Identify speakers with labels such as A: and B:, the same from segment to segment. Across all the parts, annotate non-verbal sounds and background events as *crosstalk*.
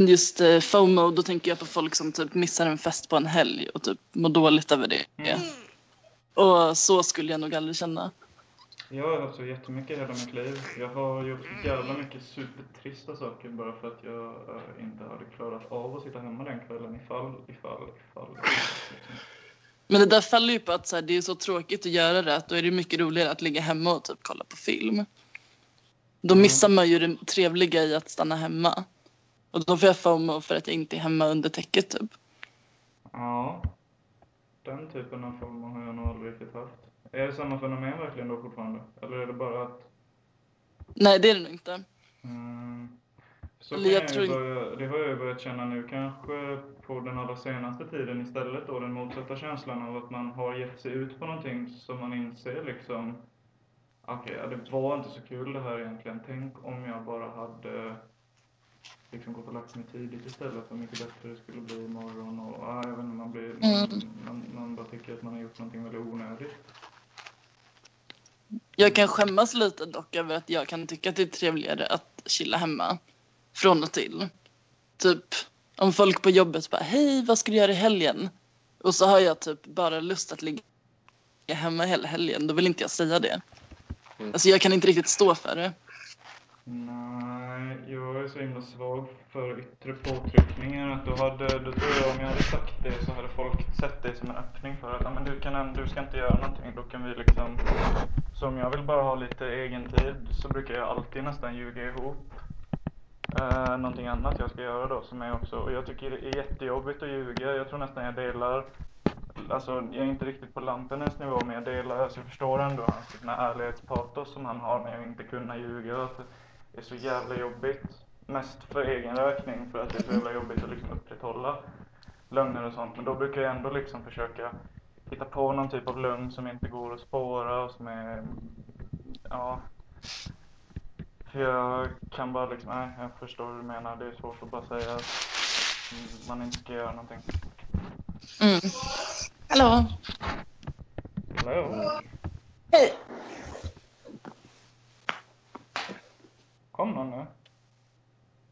A: Just eh, FOMO, då tänker jag på folk som typ missar en fest på en helg och typ mår dåligt över det.
B: Mm.
A: Och så skulle jag nog aldrig känna.
C: Jag har varit så jättemycket hela mitt liv. Jag har gjort så jävla mycket supertrista saker bara för att jag eh, inte hade klarat av att sitta hemma den kvällen ifall, ifall, ifall.
A: Men det där faller ju på att så här, det är så tråkigt att göra det att då är det mycket roligare att ligga hemma och typ kolla på film. Då
C: Mm.
A: missar man ju det trevliga i att stanna hemma. Och då får jag FOMO för att jag inte är hemma under täcket typ.
C: Ja. Den typen av form har jag nog aldrig riktigt haft. Är det samma fenomen verkligen då fortfarande? Eller är det bara att
A: Nej, det är det nog inte.
C: Mm. Så
A: Eller
C: kan
A: jag
C: jag ju
A: tror-
C: börja, det har jag ju börjat känna nu kanske på den allra senaste tiden istället då den motsatta känslan av att man har gett sig ut på någonting som man inser liksom okej, ja, det var inte så kul det här egentligen. Tänk om jag bara hade liksom gått och lagt mig tidigt istället, vad mycket bättre det skulle bli imorgon och ah, jag vet inte, man blir,
A: Mm.
C: man, man, man bara tycker att man har gjort någonting väldigt onödigt.
A: Jag kan skämmas lite dock över att jag kan tycka att det är trevligare att chilla hemma från och till. Typ om folk på jobbet bara hej vad ska du göra i helgen? Och så har jag typ bara lust att ligga hemma hela helgen. Då vill inte jag säga det.
D: Mm.
A: Alltså jag kan inte riktigt stå för det.
C: Nej, jag är så himla svag för yttre påtryckningar att då hade, då tror jag om jag hade sagt det så hade folk sett det som en öppning för att "Ja, men du, kan, ändå- du ska inte göra någonting, då kan vi liksom Så om jag vill bara ha lite egen tid så brukar jag alltid nästan ljuga ihop eh, någonting annat jag ska göra då som är också, och jag tycker det är jättejobbigt att ljuga, jag tror nästan jag delar Alltså jag är inte riktigt på Lampinens nivå men jag delar, alltså, jag förstår ändå hans liksom, ärlighetspatos som han har med att inte kunna ljuga och att det är så jävla jobbigt. Mest för egen räkning för att det är så jävla jobbigt att liksom upprätthålla lögner och sånt. Men då brukar jag ändå liksom försöka hitta på någon typ av lögn som inte går att spåra och som är... Ja. För jag kan bara liksom, nej jag förstår vad du menar. Det är svårt att bara säga att mm, man inte ska göra någonting.
A: Mm. Hallå.
C: Hallå?
A: Hej.
C: Kom någon nu?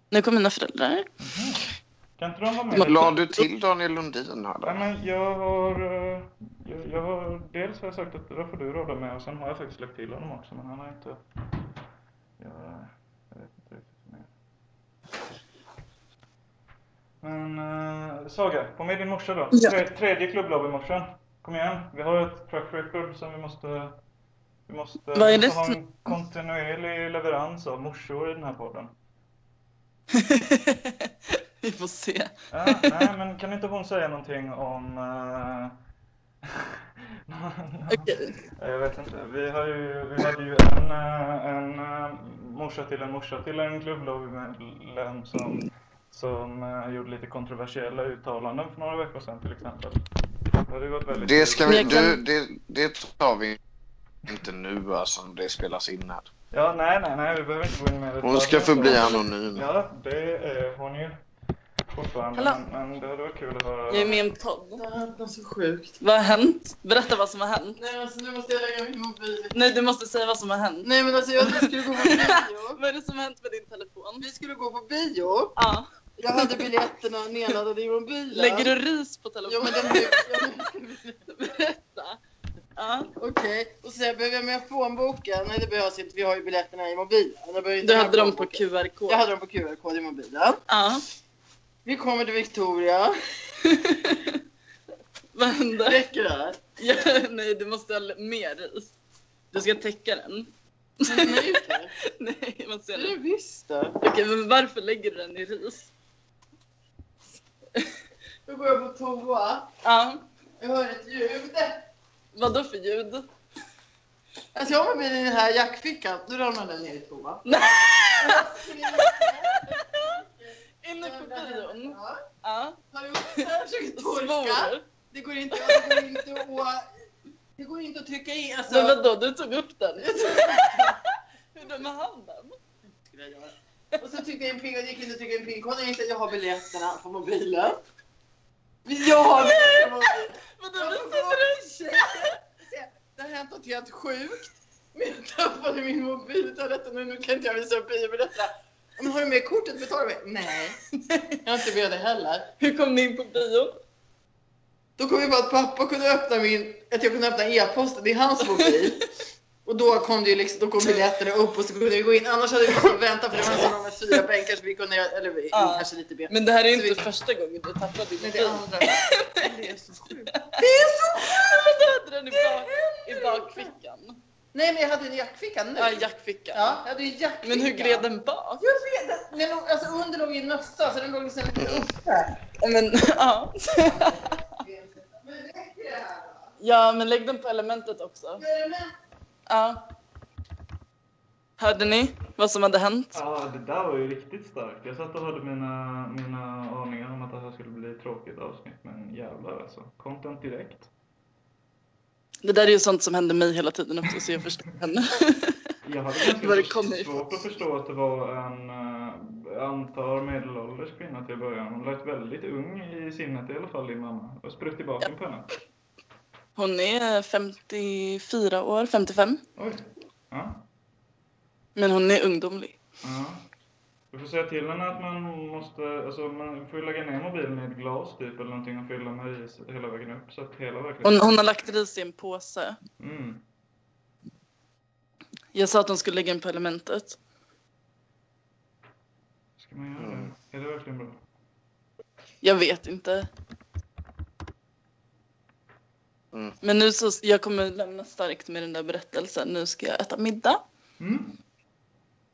A: Nu kom mina föräldrar. *laughs*
C: Kan inte de vara med?
D: La du till Daniel Lundin här
C: Nej,
D: då?
C: men jag har, eh, jag, jag har... Dels har jag sagt att det där får du råda med och sen har jag faktiskt lagt till honom också men han har inte... Jag, jag vet inte riktigt mer. Men eh, Saga, få med din morsa då.
A: Ja.
C: Tre, tredje klubblobbymorsan. Kom igen, vi har ett track record som vi måste... Vi måste
A: Vad är det
C: ha en
A: som-
C: kontinuerlig leverans av morsor i den här podden.
A: Vi får se.
C: Ja, nej, men kan inte hon säga någonting om... *laughs* eh,
A: Okej.
C: Jag vet inte. Vi, har ju, vi hade ju en, eh, en eh, morsa till en morsa till en klubblobbymedlem som, som eh, gjorde lite kontroversiella uttalanden för några veckor sedan till exempel. Det hade ju varit väldigt
D: Det ska vi,
A: Jag kan-
D: du, det, det tar vi inte nu alltså, när det spelas in här.
C: Ja, nej, nej, nej, vi behöver inte gå in med det.
D: Hon ska förbli anonym.
C: Ja, det är hon ju fortfarande.
A: Hallå.
C: Men, men det hade varit kul att höra.
B: Jag är med i en podd. Det har hänt något så sjukt.
A: Vad har hänt? Berätta vad som har hänt.
B: Nej, alltså, nu måste jag lägga min mobil.
A: Nej, du måste säga vad som har hänt.
B: Nej, men alltså jag skulle gå på bio.
A: Vad är det som har hänt med din telefon?
B: *laughs* Vi skulle gå på bio.
A: Ja.
B: Jag hade biljetterna nedladdade i mobilen.
A: Lägger du ris på
B: Jo, men
A: telefonen?
B: den är... ja, men-
A: Berätta. Ja.
B: Okej. Och så säger jag, behöver jag med plånboken? Nej, det behövs inte. Vi har ju biljetterna i mobilen. Jag behöver inte
A: Du
B: ha
A: hade dem på
B: plånboken.
A: QR-kod?
B: Jag hade dem på QR-kod i mobilen.
A: Ja.
B: Vi kommer till Victoria.
A: *laughs* Vad hände?
B: Räcker
A: *laughs*
B: det här?
A: Ja, nej, du måste ha mer ris. Du ska täcka den. *laughs*
B: Nej, okej.
A: Nej, man ser
B: Det är
A: det.
B: det visst det.
A: Okej, men varför lägger du den i ris?
B: Då går jag på toa.
A: Ja.
B: Jag hör ett ljud.
A: Vad då för ljud?
B: Alltså jag har mobilen i den här jackfickan. Då ramlar den ner i toa. *laughs*
A: Nej. Inne på bion?
B: Ja.
A: Ja.
B: Tar upp
A: *laughs*
B: den, försöker torka. Alltså-
A: Svor.
B: Det går inte, det går inte att... Det går inte att trycka in. Alltså,
A: Men
B: *laughs*
A: vadå, du tog upp den? Hur då med handen?
B: skulle jag göra. Och så tryckte jag in pin och det gick inte att trycka in pinkoden. Jag hittade jag har biljetterna på mobilen. Jag har biljetterna på mobilen.
A: *laughs* Vadå,
B: Jag
A: vi
B: får gå
A: sitter
B: och se. Det har hänt något helt sjukt. Men jag tappade min mobil utan detta nu. Nu kan inte jag visa upp biobiljetterna. Men har du med kortet? Betalar du med? Nej. Jag har inte med det heller.
A: Hur kom ni in på bion?
B: Då kom vi på att pappa kunde öppna min, att jag kunde öppna e-posten i hans mobil. Och då kom det ju liksom, då kom biljetterna upp och så kunde vi gå in. Annars hade vi fått vänta för det var en sån här med fyra bänkar så vi kunde, eller vi,
A: Ja.
B: kanske lite mer.
A: Men det här är ju
B: Så
A: inte första gången du tappade din
B: Alltså, Men
A: mobil.
B: det andra. Det är så sjukt.
A: Men du hade den i, bak, i bakfickan.
B: Nej men jag hade en jackficka nu.
A: Ja, jackfickan.
B: Ja, jag hade ju en jackficka.
A: Men hur gled den bak?
B: Jag vet inte. Den låg- Alltså under låg ju en mössa så den låg liksom lite uppe.
A: Men, ja.
B: Men räcker det här då?
A: ja, men lägg den på elementet också.
B: Gör det med?
A: Ja. Hörde ni vad som hade hänt?
C: Ja, det där var ju riktigt starkt. Jag satt och hade mina, mina aningar om att det här skulle bli ett tråkigt avsnitt, men jävlar alltså. Content direkt.
A: Det där är ju sånt som händer mig hela tiden också så jag förstår henne.
C: Jag hade
A: Var det
C: ganska
A: kommer
C: det
A: ifrån.
C: svårt att förstå att det var en, eh, jag antar, medelålders kvinna till början. Hon lät väldigt ung i sinnet i alla fall, din mamma. Och sprutt i baken på henne.
A: Hon är 54 år, 55.
C: Oj. Ja.
A: Men hon är ungdomlig.
C: Ja. Du får säga till henne att man måste, alltså man får ju lägga ner mobilen i ett glas typ eller någonting och fylla med is hela vägen upp så att hela verkligen...
A: Hon, hon har lagt ris i en påse.
C: Mm.
A: Jag sa att hon skulle lägga den på elementet.
C: Ska man göra
D: Mm.
C: det? Är det verkligen bra?
A: Jag vet inte.
D: Mm.
A: Men nu så, jag kommer lämna starkt med den där berättelsen. Nu ska jag äta middag.
C: Mm.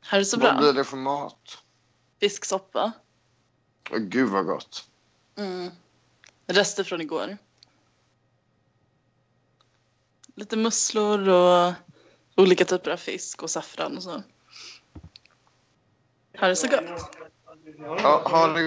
A: Här är så
D: Vad
A: bra.
D: blir det för mat?
A: Fisksoppa.
D: Åh, gud vad gott.
A: Mm. Rester från igår. Lite musslor och olika typer av fisk och saffran och så. Här är så gott.
C: Ja,
D: Ja, har ni